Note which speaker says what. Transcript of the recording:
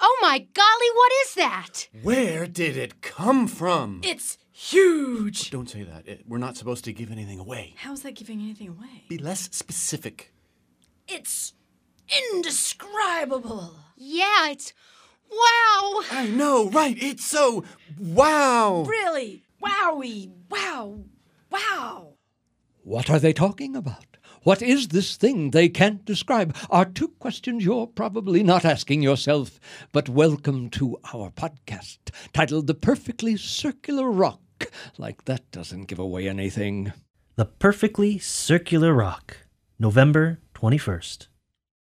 Speaker 1: Oh my golly, what is that?
Speaker 2: Where did it come from?
Speaker 3: It's huge.
Speaker 2: Don't say that. It- we're not supposed to give anything away.
Speaker 3: How's that giving anything away?
Speaker 2: Be less specific.
Speaker 3: It's indescribable.
Speaker 1: Yeah, it's. Wow!
Speaker 2: I know, right? It's so wow.
Speaker 3: Really? Wowie. Wow. Wow.
Speaker 4: What are they talking about? What is this thing they can't describe? Are two questions you're probably not asking yourself. But welcome to our podcast titled The Perfectly Circular Rock. Like that doesn't give away anything.
Speaker 5: The Perfectly Circular Rock, November 21st.